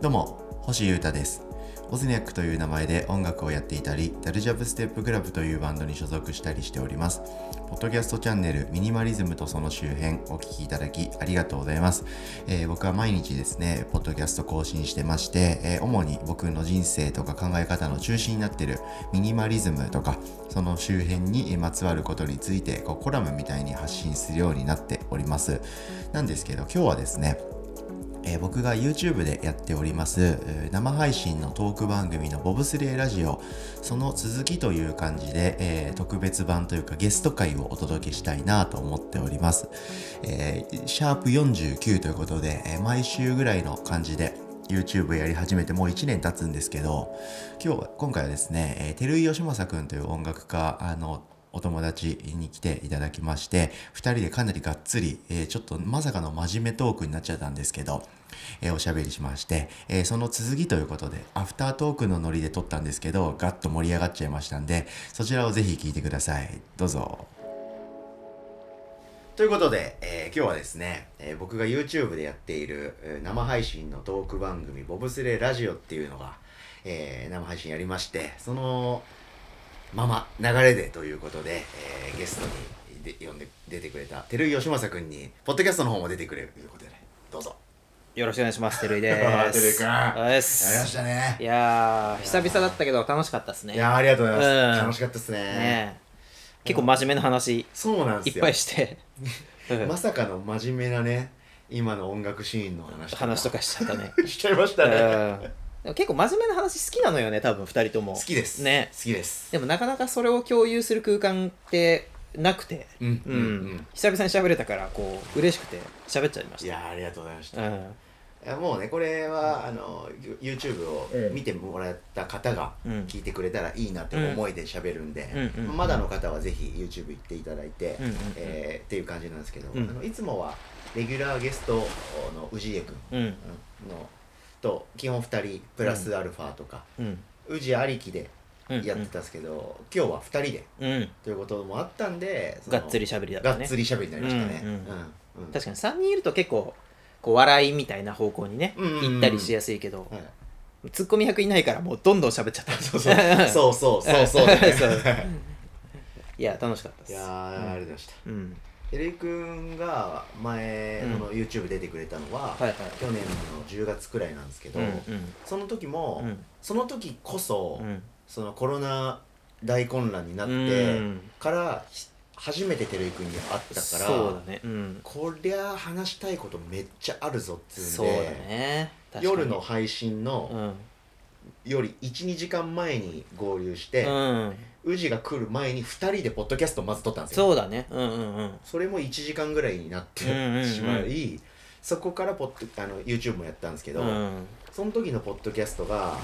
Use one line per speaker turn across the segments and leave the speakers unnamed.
どうも星優太ですオズニャックという名前で音楽をやっていたりダルジャブステップクラブというバンドに所属したりしておりますポッドキャストチャンネルミニマリズムとその周辺お聞きいただきありがとうございます、えー僕は毎日ですねポッドキャスト更新してまして、えー主に僕の人生とか考え方の中心になっているミニマリズムとかその周辺にまつわることについてこうコラムみたいに発信するようになっておりますなんですけど今日はですねえー僕が YouTube でやっておりますえー生配信のトーク番組のボブスレーラジオその続きという感じで、えー特別版というかゲスト会をお届けしたいなと思っております、えーシャープ49ということで、えー毎週ぐらいの感じで YouTube やり始めてもう1年経つんですけど今日は今回はですね、えー、照井義政君という音楽家あのお友達に来ていただきまして2人でかなりがっつり、えーちょっとまさかの真面目トークになっちゃったんですけど、えーおしゃべりしまして、えーその続きということでアフタートークのノリで撮ったんですけどガッと盛り上がっちゃいましたんでそちらをぜひ聞いてくださいどうぞ。ということで、えー今日はですね、えー僕が YouTube でやっているえー生配信のトーク番組「ボブスレーラジオ」っていうのが、えー生配信やりましてそのまま流れでということで、えーゲストにで呼んで出てくれた照井義政君にポッドキャストの方も出てくれるということでどうぞ。
よろしくお願いします。てるいで
てるい
す。
くん
お願いしま
やりまし
す
たね
いやー、久々だったけど楽しかったですね。
いやーありがとうございます、
うん
楽しかったですね
ねえ結構真面目な話
そうなん
い
です
っ
よ
ぱいして、うん
まさかの真面目なね今の音楽シーンの話
話と
か
かしちゃったね。
しちゃいまし
う
た
ん
ね
でも結構真面目な話好きなのよね、多分二人とも。
好きです
ね
好きです
でもなかなかそれを共有する空間ってなくて、
うん
う
うんんうん
久々に喋れたから、こう、嬉しくて喋っちゃいま
い
し。
やーありがとうございましたた、
うん。
いやもうねこれはあの YouTube を見てもらった方が
うん
聞いてくれたらいいなって思いで喋るんで、
うんうん
まだの方はぜひ YouTube 行っていただいて、
うんうんうん
えーっていう感じなんですけど、
うん
あのいつもはレギュラーゲストの氏家君
うん。
のと基本2人プラスアルファとか、
うん。
氏ありきで
うん。
やってたんですけど、今日は2人で
うん。
ということもあったんでその
がっつり喋りだっ
が
た
っ
ね
つ。りしゃべりになりましたね。
うん
う
うん
んうん
確かに3人いると結構こう笑いみたいな方向にね、
うんうんうん
行ったりしやすいけど、
はい
ツッコミ100いないからもうどんどん喋っちゃった
そうそ うそうそうそうだね
そういや楽しかったで
い
す
やーありがとうございました。
うん
エレイ君が前、
う
こ
ん
の YouTube 出てくれたのは、
はいはい
去年の10月くらいなんですけど、
うん
その時
う
も、
んうん
その時こそ、
うん
そのコロナ大混乱になって、
うん
からひ初めて照井君に会ったから
そうだねうん
こりゃ話したいことめっちゃあるぞっつうんで
そうだね確かに
夜の配信
う
の
ん
より12時間前に合流し
う
て、
ん
宇治が来る前に2人でポッドキャストまず撮ったんですよ
そうだねうんうんうん
それも1時間ぐらいになって
うんうんうん
しまいそこからポッドあの YouTube もやったんですけど、
うん
その時のポッドキャストが、あの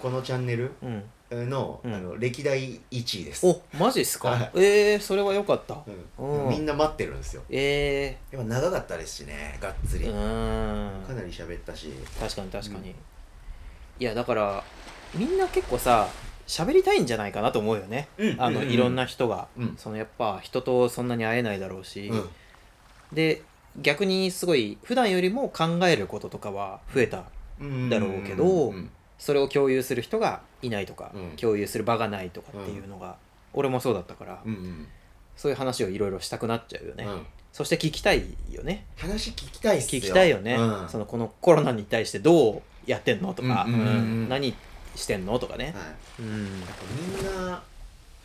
このチャンネル
うんうん
の,、
うん
あの歴代1位です、
おマジっす
は
か
い
えーそれはよかった
うん
うん
みんな待ってるんですよ
え
やっぱ長かったですしねがっつり、
ーうん
かなり喋ったし
確かに確かに、
うん
いやだからみんな結構さ喋りたいんじゃないかなと思うよねあの、いろんな人が、
うん
そのやっぱ人とそんなに会えないだろうし、
うん
で逆にすごい普段よりも考えることとかは増えた
うん
だろうけど
うん
それを共有する人がいないとか、
うん
共有する場がないとかっていうのが、俺もそうだったから、
うんうん
そういう話をいろいろしたくなっちゃうよね、
うん
そして聞きたいよね
話聞きたいっす
聞
よ
きたいよね、
うん
そのこのコロナに対してどうやってんのとか、
うんうんうんうん
うん何してんのとかね、
はい
うん
やっぱみんな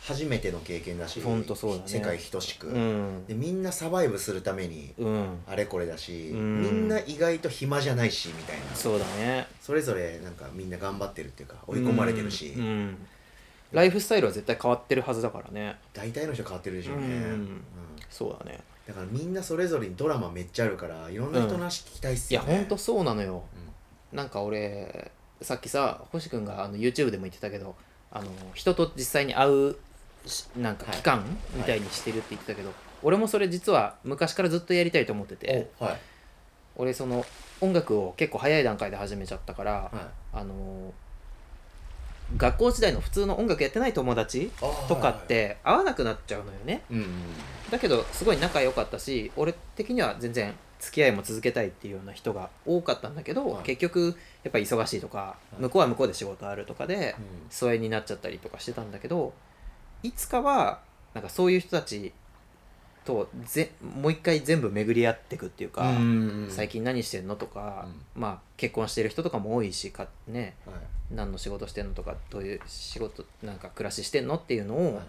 初めての経験だし
ほんとそうだね
世界等しく、
うん
でみんなサバイブするために
うん
あれこれだし、
うん
みんな意外と暇じゃないしみたいな
そうだね
それぞれなんかみんな頑張ってるっていうか追い込まれてるし、
うんうんライフスタイルは絶対変わってるはずだからね
大体の人変わってるでしょうね、
うん
うん
そうだね
だからみんなそれぞれにドラマめっちゃあるからいろんな人の話聞きたいっす
いや
よね、
ほんとそうなのよなんか俺さっきさ星君があの YouTube でも言ってたけどあの人と実際に会うしなんか
はい
期間みたいにしてるって言ってたけど、俺もそれ実は昔からずっとやりたいと思ってて
おはい
俺その音楽を結構早い段階で始めちゃったから、
は
あの学校時代の普通の音楽やってない友達
い
とかっ、て会わなくなっちゃうのよね
あーはいはいうんうん
だけどすごい仲良かったし俺的には全然付き合いも続けたいっていうような人が多かったんだけど、
はい
結局やっぱり忙しいとか、
い
向こうは向こうで仕事あるとかで
うん
疎遠になっちゃったりとかしてたんだけどいつかはなんかそういう人たちとぜもう一回全部巡り合っていくっていうか、
うん
最近何してんのとか、まあ、結婚してる人とかも多いしかね
はい
何の仕事してんのとかどういう仕事なんか暮らししてんのっていうのを
はい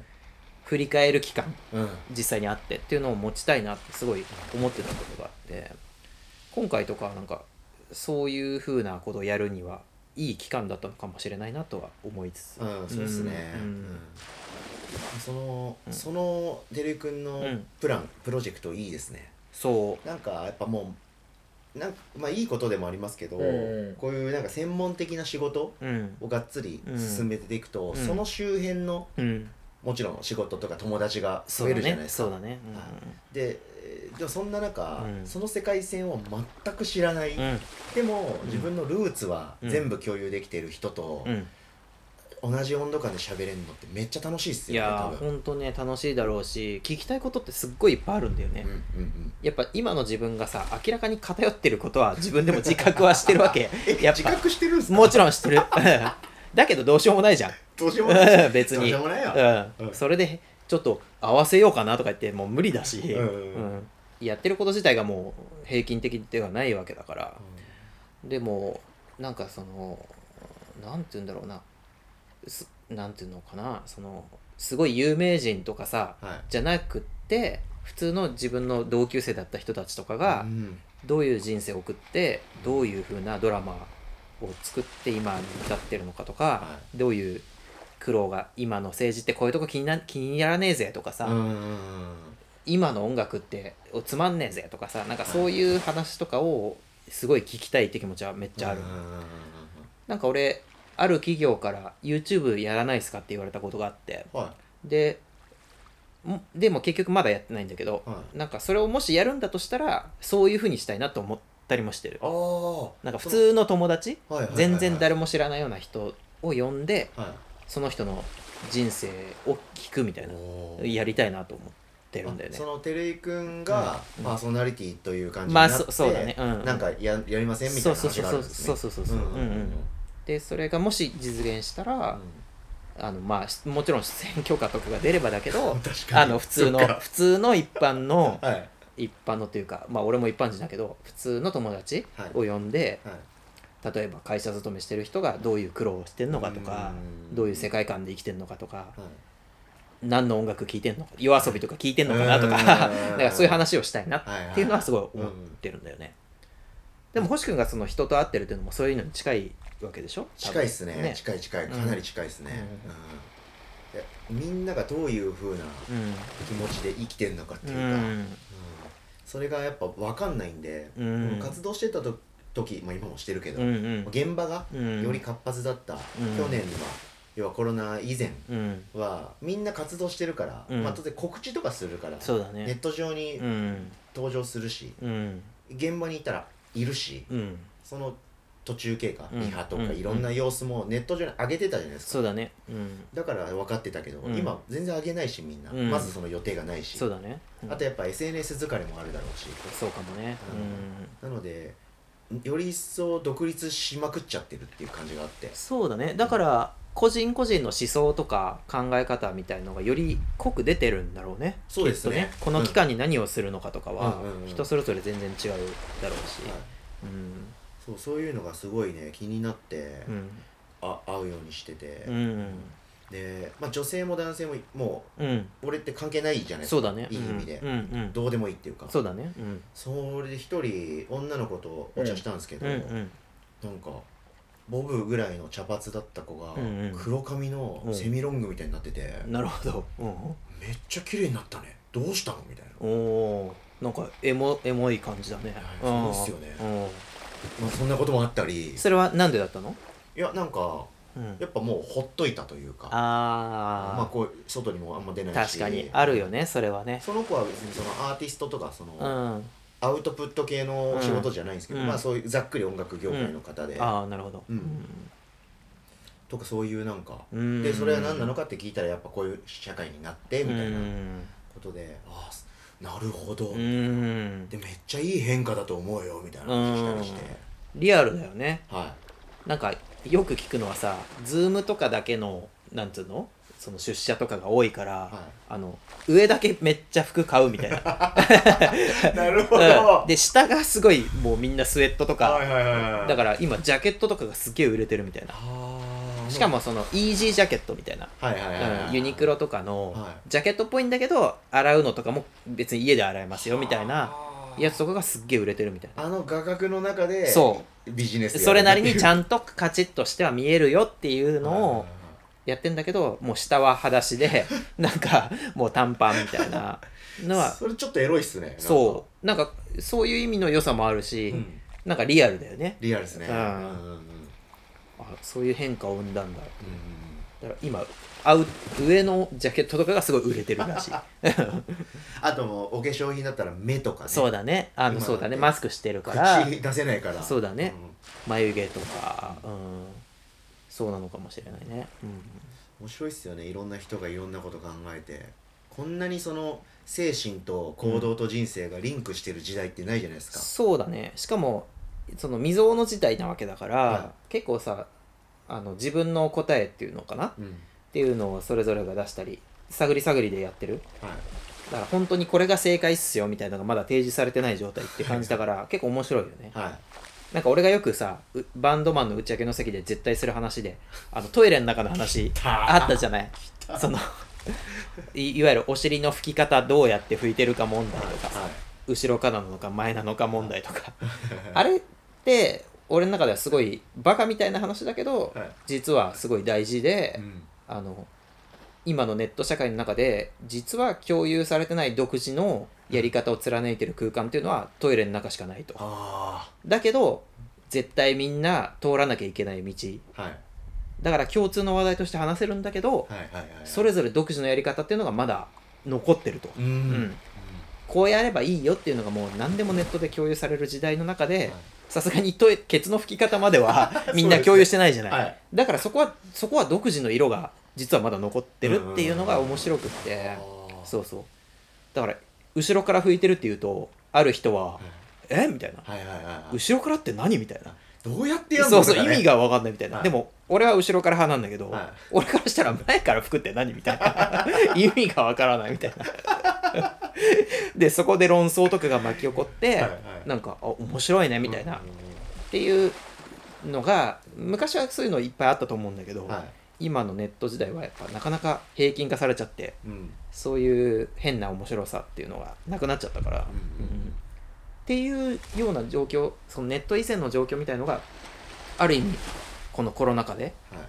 振り返る期間
うん
実際にあってっていうのを持ちたいなってすごい思ってたことがあって今回とかはなんかそういうふうなことをやるにはいい期間だったのかもしれないなとは思いつつ、
うん、そうですね、
うん
うんその、
うん
その照井君の
うん
プラン、プロジェクトいいですね
そ
なんかやっぱもうなんまあいいことでもありますけど、
うん
こういうなんか専門的な仕事
ううん
をがっつり進めていくと、
うん
その周辺の
うん
もちろん仕事とか友達が
そ
増
う
え
だ
るじゃない
ね
ですか、
そうだね
でえーでもそんな中、
うん
その世界線を全く知らない、
うん
でも
うん
自分のルーツは
うん
全部共有できてる人と
うん、うん
同じ温度感で喋れるのってめっちゃ楽しいっす
い
よね
や
多
ー
分
ほんとね楽しいだろうし聞きたいことってすっごいいっぱいあるんだよね、
うんうんうん
やっぱ今の自分がさ明らかに偏ってることは自分でも自覚はしてる わけやっ
自
ぱ
覚してるんすか
もちろん してるだけどどうしようもないじゃん
どうしようもない
別
どうし
に
ようもないよ、
うん
うん
それでちょっと合わせようかなとか言ってもう無理だし、
うんうんうん
うんやってること自体がもう平均的ではないわけだからでもなんかそのなんて言うんだろうなすなんて言うのかなそのすごい有名人とかさ
はい
じゃなくって普通の自分の同級生だった人たちとか
う
が
ん
どういう人生を送ってどういう風なドラマを作って今に至ってるのかとか、
は
どういう苦労が今の政治ってこういうとこ気にな気にならねえぜとかさ、
うんうんうん
今の音楽っておつまんねえぜとかさなんかそういう話とかをすごい聞きたいって気持ちはめっちゃある、
うんうんうんうんうん
なんか俺ある企業から YouTube やらないですかって言われたことがあって
は
でんでも結局まだやってないんだけど
いはい
なんかそれをもしやるんだとしたらそういう風にしたいなと思ったりもしてる
あー
なんか普通の友達
はいはいはいはい
全然誰も知らないような人を呼んで
は
その人の人生を聞くみた
い
いな
おー
やりたいなと思ってるんだよね
その照井君が
うん
パーソナリティという感じに
ま
な
あ
って、
そそうだねうん
なんかややりませんみたい
そう
な
そう
話
そう
がある
そうん
ですね
そうそうそうそううんうんでそれがもし実現した
うん
ら、あのまあしもちろん出演許可とかが出ればだけど
確かに
あの普通の
そっか
普通の一般の
はい
一般のというかまあ俺も一般人だけど普通の友達を呼んで、
はい
例えば会社勤めしてる人がどういう苦労をしてんのかとか
うん
どういう世界観で生きてんのかとか
はい
何の音楽聴いてんのか夜遊びとか聴いてんのかなと
うん
か だからそういう話をしたいなっていうのはすごい思ってるんだよね、でも星君がその人と会ってるっていうのもそういうのに近いわけでしょ多
近
分
いっすね近い近いかなり近いっすね、うんいやみんながどういうふうな
うん
気持ちで生きてるのかっていううか、うん
ん
それがやっぱ分かんないんで、
うん
活動してたと時、まあ、今もしてるけど、
うんうん
現場が
うん
より活発だった、
うん
去年は要はコロナ以前
うん
はみんな活動してるから、
うん
まあ、当然告知とかするから、
そうだ
ネッ
ね
ト上に
うん
登場するし、
うん
現場にいたらいるし、
うん
その途中経過、
うん
リハと
うん
かいろんな様子もネット上に上げてたじゃないですか、
そうだねうん
だから分かってたけど、
うん
今全然上げないしみんな、
うん
まずその予定がないし、
そうだねうん
あとやっぱ SNS 疲れもあるだろうし
そうかもね
う
うんん
なのでより一層独立しまくっちゃってるっていう感じがあって
そうだねだから個人個人の思想とか考え方みたいのがより濃く出てるんだろうね
そうですね
きっとこの期間に何をするのかとかは
うんうんうんうん
人それぞれ全然違う
は
だろうし
い
うん
そうそういうのがすごいね気になって、
うん
あ合うようにしてて、
うん
で、まあ、女性も男性もも
うん
う俺って関係ないじゃないです
そ
か
うだね
いい意味で、
うんうん
どうでもいいっていうか
そうだねうん
それで一人女の子とお茶したんですけど、
うんうん
なんかボブぐらいの茶髪だった子が
うんうん
黒髪のセミロングみたいになってて、
なるほどうん
めっちゃ綺麗になったねどうしたのみたいな、
おおーなんかエモエモい感じだね
は
うん
いそうですよ
う
まあ、そんなこともあったり
んそれはなんでだったの
いやなんか
うん
やっぱもうほっといたというかまあ
あ
こう外にもあんま出
あ
ないし
確かにあるよねそれはね
その子は別にそのアーティストとかその、
うんあ
アウトプット系の仕事じゃないんですけど、
うん
まあそういうざっくり音楽業界の方で、
あなるほど
うんとかそういうなんか、
うん
でそれは何なのかって聞いたらやっぱこういう社会になってみたいな
うん
ことで、ああなるほど、
うん
でめっちゃいい変化だと思うよみたいな話したりして、
リアルだよね
は
なんかよく聞くのはさズームとかだけのなんつうのその出社とかが多いから、
い
あの上だけめっちゃ服買うみたい な、
いなるほ
う
ど
ん、で下がすごいもうみんなスウェットとか、
はいはいはいはい
だから今ジャケットとかがすげえ売れてるみたいな
あー
しかもそのイージージャケットみたいな、
はいはいはいはい、
うんユニクロとかの
は
ジャケットっぽいんだけど洗うのとかも別に家で洗えますよみたいな
あー
やつとかがすっげえ売れてるみたいな
あの画角の中で
そう
ビジネス
う
や
それなりにち
ん
ゃんとカチッとしては見えるよっていうのをやってんだけどもう下は裸足 でなんかもう短パンみたいなのは
それちょっとエロいっすね
そうなんかそういう意味の良さもあるし、
なんかうん
なんかリアルだよね
リアルですね
うん
うんうんうん
あそういう変化を生んだんだだから今合う上のジャケットとかがすごい売れてるらしい
あともうお化粧品だったら目とかね
そうだねあの
今
そうだ
だ
ね
って
マスクしてる から
口出せないから
そうだね
ん
眉毛とかうんそうなのかもしれないね、うん、
面白いっすよねいろんな人がいろんなこと考えてこんなにその精神と行動と人生がリンクしてる時代ってないじゃないですか、
そうだねしかもその未曾有の事態なわけだから、
は
結構さあの自分の答えっていうのかなっ
うん
ていうのをそれぞれが出したり探り探りでやってる
はい、
だから本当にこれが正解っすよみたいなのがまだ提示されてない状態って感じだから結構面白いよね
はい、
なんか俺がよくさうバンドマンの打ち上げの席で絶対する話であのトイレの中の話あったじゃないそのいいわゆるお尻の拭き方どうやって拭いてるか問題とかさ、
はい
後ろからなのか前なのか問題とかあれって俺の中ではすごいバカみたいな話だけど、
はい
実はすごい大事で、あの今のネット社会の中で実は共有されてない独自のやり方を貫いてる空間っていうのはトイレの中しかないと。
あ
だけど絶対みんな通らなきゃいけない道
あはい
だから共通の話題として話せるんだけ
は
ど、
いはいはいはい
それぞれ独自のやり方っていうのがまだ残ってると、
うん、
う
うん
んこうやればいいよっていうのがもう何でもネットで共有される時代の中で
はい
さすがにトイケツの拭き方まではみん
そうです
な
ね
共有してないじゃない、
はい
だからそこはそこは独自の色が実はまだ残ってるっていうのが面白くっ
あ
て
ー
そうそうだから後ろから拭いてるっていうとある人は「えみたいな
はいはいはいはい
後ろからって何みたいな
どうやってやる
そ
の
うそう、
とかね
意味が分かんないみたいな、
はい
でも俺は後ろから派なんだけど、
はい
俺からしたら前から服って何みたいな 意味が分からないみたいな でそこで論争とかが巻き起こって、
はいはい
なんかあ面白いねみたいな、
うんうんう
っていうのが昔はそういうのいっぱいあったと思うんだけど、
んはい
今のネット時代はやっぱなかなか平均化されちゃって
うん
そういう変な面白さっていうのがなくなっちゃったから、
うんうんうん
っていうような状況そのネット以前の状況みたいのがある意味このコロナ禍で
はい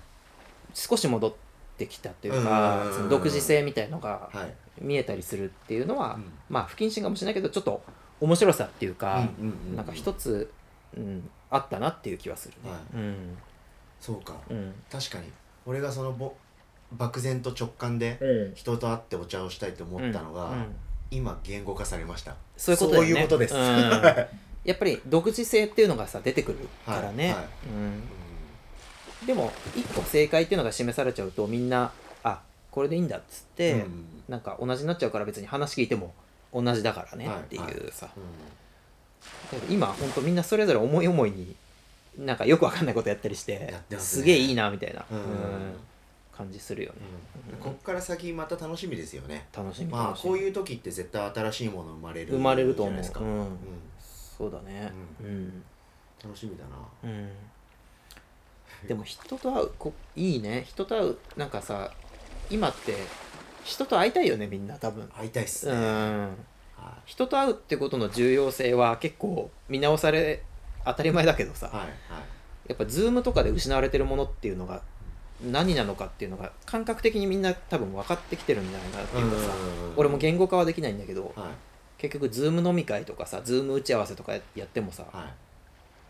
少し戻ってきたという
うんうんうん
か
うん
その独自性みたいのが
はい
見えたりするっていうのは、
うん
まあ不謹慎かもしれないけどちょっと面白さっていうか、
うんうんうん
なんか一つ、うん、あったなっていう気はするね。
は
うん
そうか
うん
確かに俺がそのぼ漠然と直感で
うん
人と会ってお茶をしたいと思ったのが、
うん
今言語化されました
そういうことだよね
そういうことです
ん やっぱり独自性っていうのがさ出てくるからね、
はいはい
うん、でも一個正解っていうのが示されちゃうとみんなあこれでいいんだっつって、
うん
なんか同じになっちゃうから別に話聞いても同じだからねっていうさ、だけど今ほんとみんなそれぞれ思い思いになんかよくわかんないことやったりして
やってますね
すげえいいなみたいな、
うんうんうん
うん感じするよね
うんこっから先また楽しみですよね
楽しみ
まあ
楽しみ
こういう時って絶対新しいもの生まれる
生まれると思
じゃな
う
いですか、
う
うん
ん、そうだねうん、
楽しみだな
うん、でも人と会うこいいね人と会うなんかさ今って人と会いたいよねみんな多分
会いたいっす
う
ね、
ん
は
人と会うってことの重要性は結構見直され当たり前だけどさ、
いはいはい
やっぱ Zoom とかで失われてるものっていうのが何なのかっていうのが感覚的にみんな多分分かってきてるんじゃないかなっていうかさ、俺も言語化はできないんだけど
語はい
結局 Zoom 飲み会とかさ Zoom 打ち合わせとかやってもさ
は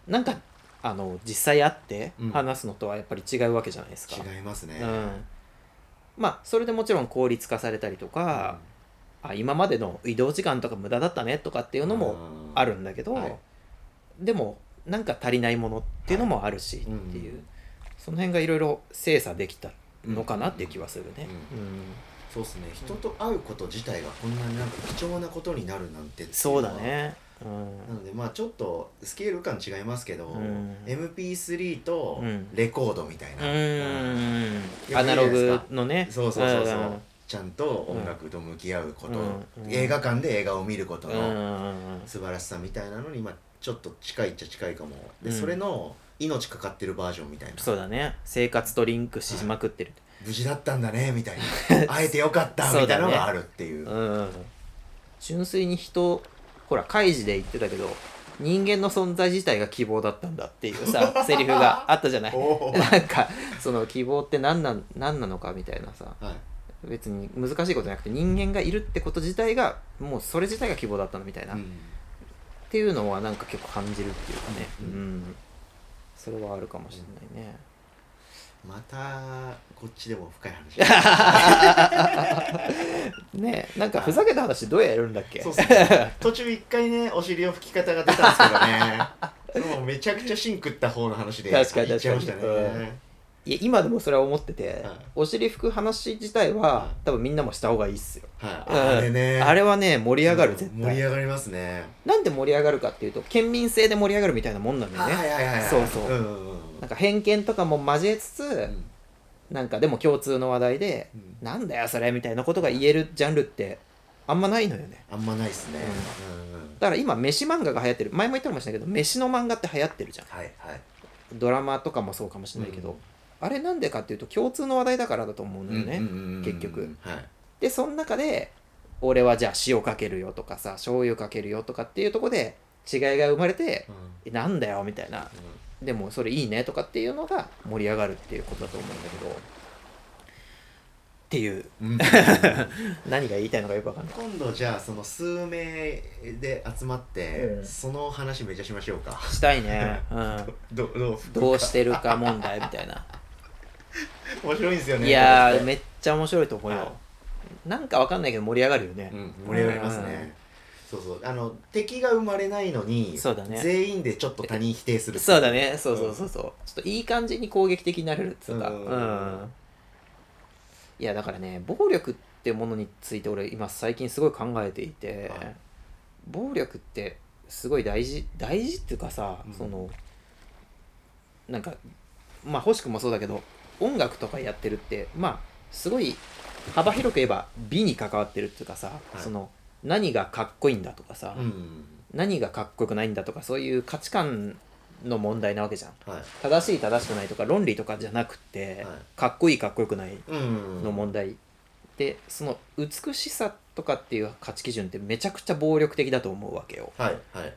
い
なんかあの実際会って
うん
話すのとはやっぱり違うわけじゃないですか、
違いますね、
うん、まあそれでもちろん効率化されたりとか、あ今までの移動時間とか無駄だったねとかっていうのもあるんだけど、
はい
でもなんか足りないものっていうのもあるしって
い
いう、
うん
その辺がいろいろ精査できたのかなっていう気はするね。
うん
うん
そうですね人と会うこと自体がこんなになんか貴重なことになるなんてっていのは
そうだねうん
なのでまあちょっとスケール感違いますけど、
うん
MP3 と
うん
レコードみたいな、
うん
や
アナログのね
そうそうそうそう、
ん
ちゃんと音楽と向き合うこと、
うんうん
映画館で映画を見ること
うんう
の
ん
素晴らしさみたいなのにまあちょっと近いっちゃ近いかもで、
うん
それの命かかってるバージョンみたいな
そうだね生活とリンクしまくってる、
無事だったんだねみたいな 会えてよかったみたいなのがあるっていう
うんうんうん純粋に人ほら開示で言ってたけど人間の存在自体が希望だったんだっていう さセリフがあったじゃない
おお、はい、
なんかその希望って何なん何なのかみたいなさ別に難しいことじゃなくて人間がいるってこと自体がもうそれ自体が希望だったのみたいな、
う
っ
ん
ていうのはなんか結構感じるっていうかねう、
うんん
それはあるかもしれないね、
またこっちでも深い話
ねえなんかふざけた話どうやるんだっけ
そうっすね途中一回ねお尻を拭き方が出たんですけど ねもうめちゃくちゃシン食った方の話で
確かに
言っちゃいましたね、
確かにいや今でもそれは思ってて、
はい
お尻拭く話自体は、
はい
多分みんなもした方がいいっすよ、
はい、あれね、
あれはね盛り上がる絶
うん盛り
対
上がりますね
なんで盛り上がるかっていうと県民性で盛り上がるみたいなもんなんだよ
はい
ね
はいはいはい
そうそう
うんうんうん
なんか偏見とかも交えつつ、
うん
なんかでも共通の話題で、
うん
なんだよそれみたいなことが言えるジャンルってあんまないのよね
あんまないっすね、うんうん
だから今飯漫画が流行ってる前も言ったかもしれないけど飯の漫画って流行ってるじゃん
はいはい
ドラマとかもそうかもしれないけど、
うん
あれなんでかっていうと共通の話題だからだと思うのよね、
うんうんうんうん
結局
はい
でその中で俺はじゃあ塩かけるよとかさ醤油かけるよとかっていうとこで違いが生まれて
うんうん
えなんだよみたいなでもそれいいねとかっていうのが盛り上がるっていうことだと思うんだけどっていう
うん
何が言いたいのかよくわかんない
今度じゃあその数名で集まって、
うん
その話めちゃしましょうか
したいね、うん、
どうどう
どうしてるか問題みたい な
面白いんですよね
いや
こ
ー
れって
めっちゃ面白いと思うよ、
は
なんかわかんないけど盛り上がるよね、
うん、盛り上がりますね、そうそうあの敵が生まれないのに
そうだね
全員でちょっと他人否定する
そうだねそうそうそうそう、ちょっといい感じに攻撃的になれるっつうかう、
うんん
いやだからね暴力ってものについて俺今最近すごい考えていて、
はい
暴力ってすごい大事大事っていうかさ、
うん
そのなんかまあ欲しくもそうだけど音楽とかやってるってまあすごい幅広く言えば美に関わってるっていうかさ、
い
その何がかっこいいんだとかさ、
うん
何がかっこよくないんだとかそういう価値観の問題なわけじゃん
はい
正しい正しくないとか論理とかじゃなくて、
はい
かっこいいかっこよくない
うん
の問題、でその美しさとかっていう価値基準ってめちゃくちゃ暴力的だと思うわけよ
はいはい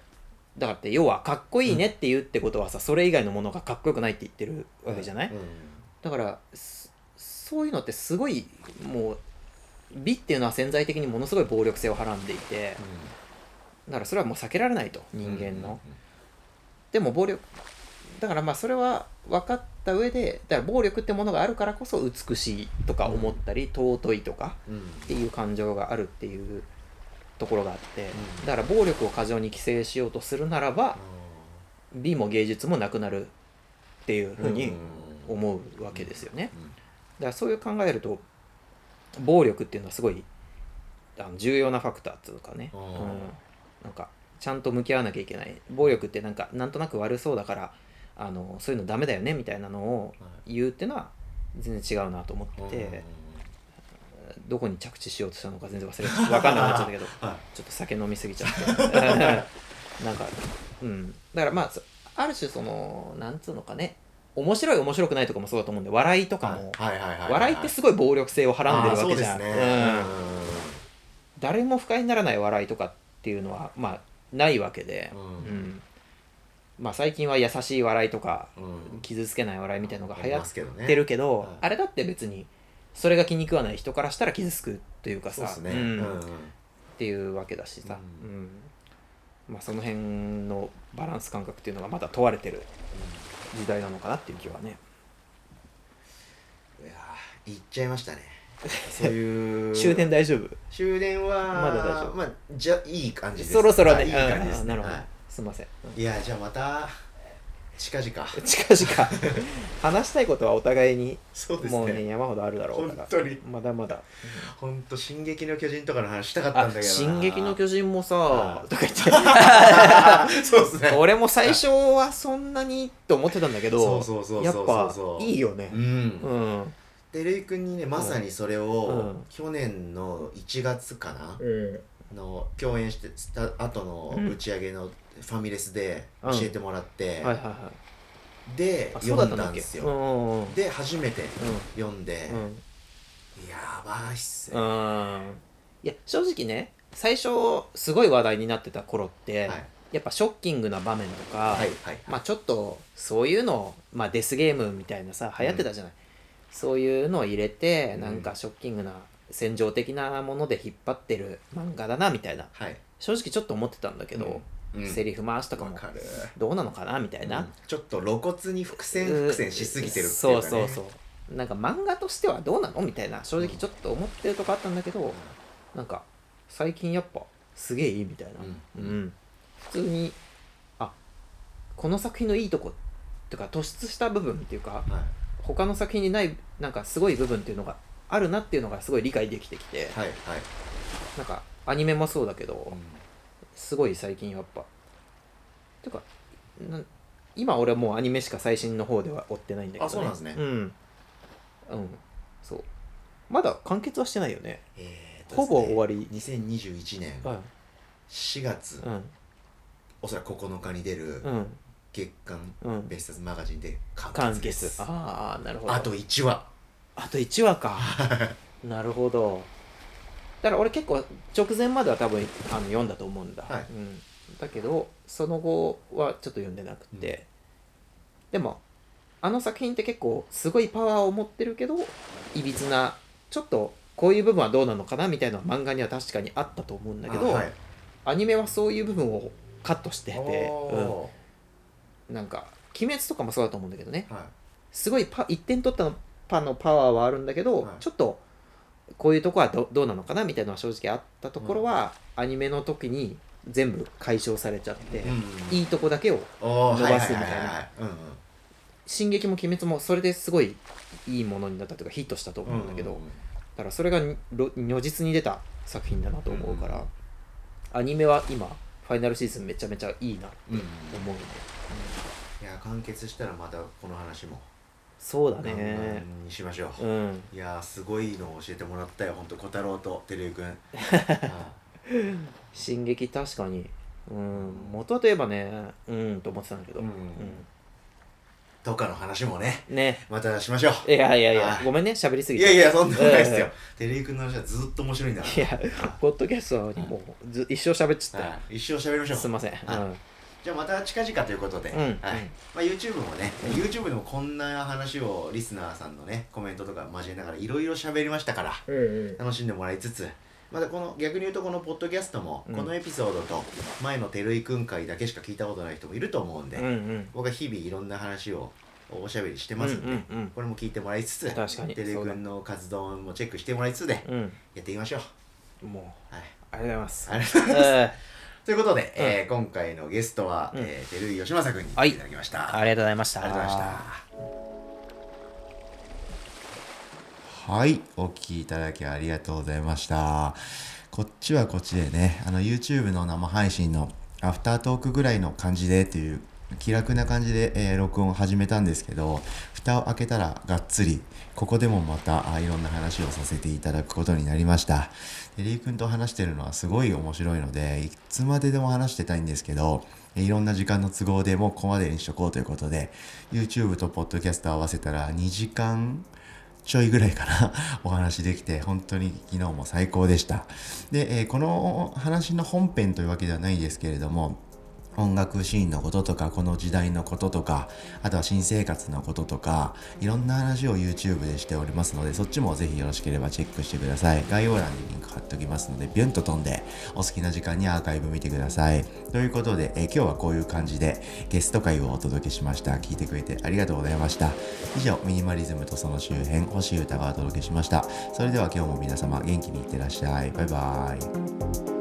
だからって要はかっこいいねって言うってことはさ、それ以外のものがかっこよくないって言ってるわけじゃない、
うん
だからそそういうのってすごいもう美っていうのは潜在的にものすごい暴力性をはらんでいてだからそれはもう避けられないと
うん
人間
う
の、
ん
でも暴力だからまあそれは分かった上でだから暴力ってものがあるからこそ美しいとか思ったり、尊いとか
うん
っていう感情があるっていうところがあって、
うん
だから暴力を過剰に規制しようとするならば美も芸術もなくなるっていうふうに
うん
思うわけですよね。
うん
だからそういう考えると暴力っていうのはすごいあの重要なファクターっていうかね、
あ
う
ー
ん、なんかちゃんと向き合わなきゃいけない暴力ってなんかなんとなく悪そうだからあのそういうのダメだよねみたいなのを
は
言うっていうのは全然違うなと思っ
い
て
うん
て、どこに着地しようとしたのか全然忘れ分かんなくなっちゃった けど
はい
ちょっと酒飲みすぎちゃって なんかうんだからまあそある種そのなんつうのかね面白い面白くないとかもそうだと思うんで笑いとかも、
はいはいはいはい
笑いってすごい暴力性をはらんでるわけじゃ
あ
ん、
ーそうですね
うん誰も不快にならない笑いとかっていうのはまあないわけで、
うん
うんまあ、最近は優しい笑いとか
うんうん
傷つけない笑いみたいのが流行
ありますけど
っ
ね
てるけど、
はい
あれだって別にそれが気に食わない人からしたら傷つくというか
そうで
さ
すね
う
うんん
っていうわけだしさ、
う
うんまあ、その辺のバランス感覚っていうのがまだ問われてる時代なのかなっていう気はね
いやー行っちゃいましたね そういう
終電大丈夫
終電は
まだ大丈夫
まあじゃいい感じです
そろそろ
あ
ね
いい感じです
うん
ね
なるほど、
は
すいません
いいやじゃあまた近々
近々話したいことはお互いに
そうですね
もうね山ほどあるだろうから
本当に
まだまだ
ほんと「進撃の巨人」とかの話したかった
あ
んだけどな
進撃の巨人も
あ
さ
ー
とか言って
人 そうですね
俺も最初はそんなにと思ってたんだけ
そ
ど
うそうそう
やっ
そうそう
ぱ
そう
いいよね
うん
うん
でるいくんにねまさにそれを、
うん
去年の1月かな、
うん
の共演してした後の
うん
打ち上げのファミレスで
う
教
ん
えてもらって、
はいはいはい
で
あそう
読
だっ
ん
たん
だ
だ
ん
っ
で
け
す
う
よ、
んうんうん
で初めて
う
読んで、
んうん
やばいっすね、
うんいや正直ね最初すごい話題になってた頃って、
はい
やっぱショッキングな場面とか、
はいはい
まあ、ちょっとそういうの、まあ、デスゲームみたいなさ流行ってたじゃない、そういうのを入れて
うん
なんかショッキングな戦場的なもので引っ張ってる漫画だなみたいな
はい、
正直ちょっと思ってたんだけど、
うん
セリフ回しとか
わ
も
かる、
どうなのかなみたいな、
うんちょっと露骨に伏線伏線しすぎてるっていう
そ
か、ね、
うそうそうなんか漫画としてはどうなのみたいな正直ちょっと思ってるとこあったんだけど、なんか最近やっぱすげえいいみたいな、
う
うんん普通にあこの作品のいいとことか突出した部分っていうか
は
他の作品にないなんかすごい部分っていうのがあるなっていうのがすごい理解できてきて
いはいはい、
なんかアニメもそうだけど
うん
すごい最近やっぱてかなん今俺はもうアニメしか最新の方では追ってないんだけど、
あそうなんですね
うん、うん、そうまだ完結はしてないよね
えーとですね
ほぼ終わり
2021年
うん
4月、
うん
おそらく9日に出る
うん
月刊
うん
別冊マガジンで完
完
結
結
です
ああなるほど
あと1話
あと1話かなるほどだから俺結構直前までは多分あの読んだと思うんだ、
はい
うん、だけどその後はちょっと読んでなくて、でもあの作品って結構すごいパワーを持ってるけどいびつなちょっとこういう部分はどうなのかなみたいなのは漫画には確かにあったと思うんだけど、
あはい
アニメはそういう部分をカットしてて、
お
うん、なんか「鬼滅」とかもそうだと思うんだけどね
ーはい
すごいパ1点取ったのパのパワーはあるんだけど、
はい
ちょっとこういうとこはどどうなのかなみたいなのは正直あったところは、アニメの時に全部解消されちゃって、
うん
いいとこだけを
おー
伸ばすみたいな
ははははうんうん
「進撃」も「鬼滅」もそれですごいいいものになったというかヒットしたと思うんだけど、
うんうんうん
だからそれがにろ如実に出た作品だなと思うから、アニメは今ファイナルシーズンめちゃめちゃいいなと
うんうん
思うんで、
いや完結したらまたこの話も
そうだ
ガンガ
ね
ンにしましょ
う
うんいやーすごいのを教えてもらったよ本当小太郎と照井くん はい
進撃確かにうん元はといえばねうんと思ってたんだけど、
う
うんん
とかの話もね
ね
またしましょ
いやいやい
あ
やごめんね喋りす
う
ぎ
い
て
やいやそんなことないですよ
え
照井くんの話はずっと面白いんだか
いやポッドキャストにもうず一生喋っちゃ
ら
った
は、い一生喋りましょう
すいません、う
は
ん、
じゃあまた近々ということで、
うん
はい
うん
まあ、YouTube もね、YouTube でもこんな話をリスナーさんのねコメントとか交えながらいろいろ喋りましたから
うんうん
楽しんでもらいつつまたこの逆に言うとこのポッドキャストも、
うん
このエピソードと前の照井くん会だけしか聞いたことない人もいると思うんで、
うんうん
僕は日々いろんな話をおしゃべりして
う
ま
ん
すんで、
うん
これも聞いてもらいつつ
確かに
照井くんの活動もチェックしてもらいつつで
うん
やっていきましょう。
うんも
はいう
ありがとうございます
ありがとうございます
え
ということで、えー今回のゲストは、
うん
えー照井義正君に
はい
来ていただきました。
ーありがとうございました
ありがとうございました。
はい、お聞きいただきありがとうございました。こっちはこっちでね、あの YouTube の生配信のアフタートークぐらいの感じでっていう気楽な感じで、えー録音を始めたんですけど、蓋を開けたらがっつり、ここでもまたあいろんな話をさせていただくことになりました。でリー君と話してるのはすごい面白いので、いつまででも話してたいんですけど、えいろんな時間の都合でもうここまでにしとこうということで、YouTube と Podcast 合わせたら2時間ちょいぐらいかな お話できて本当に昨日も最高でしたで、えーこの話の本編というわけではないですけれども音楽シーンのこととかこの時代のこととかあとは新生活のこととかいろんな話を YouTube でしておりますのでそっちもぜひよろしければチェックしてください概要欄にリンク貼っておきますのでビュンと飛んでお好きな時間にアーカイブ見てくださいということで、えー今日はこういう感じでゲスト会をお届けしました聞いてくれてありがとうございました以上ミニマリズムとその周辺星歌がお届けしましたそれでは今日も皆様元気にいってらっしゃいバイバイ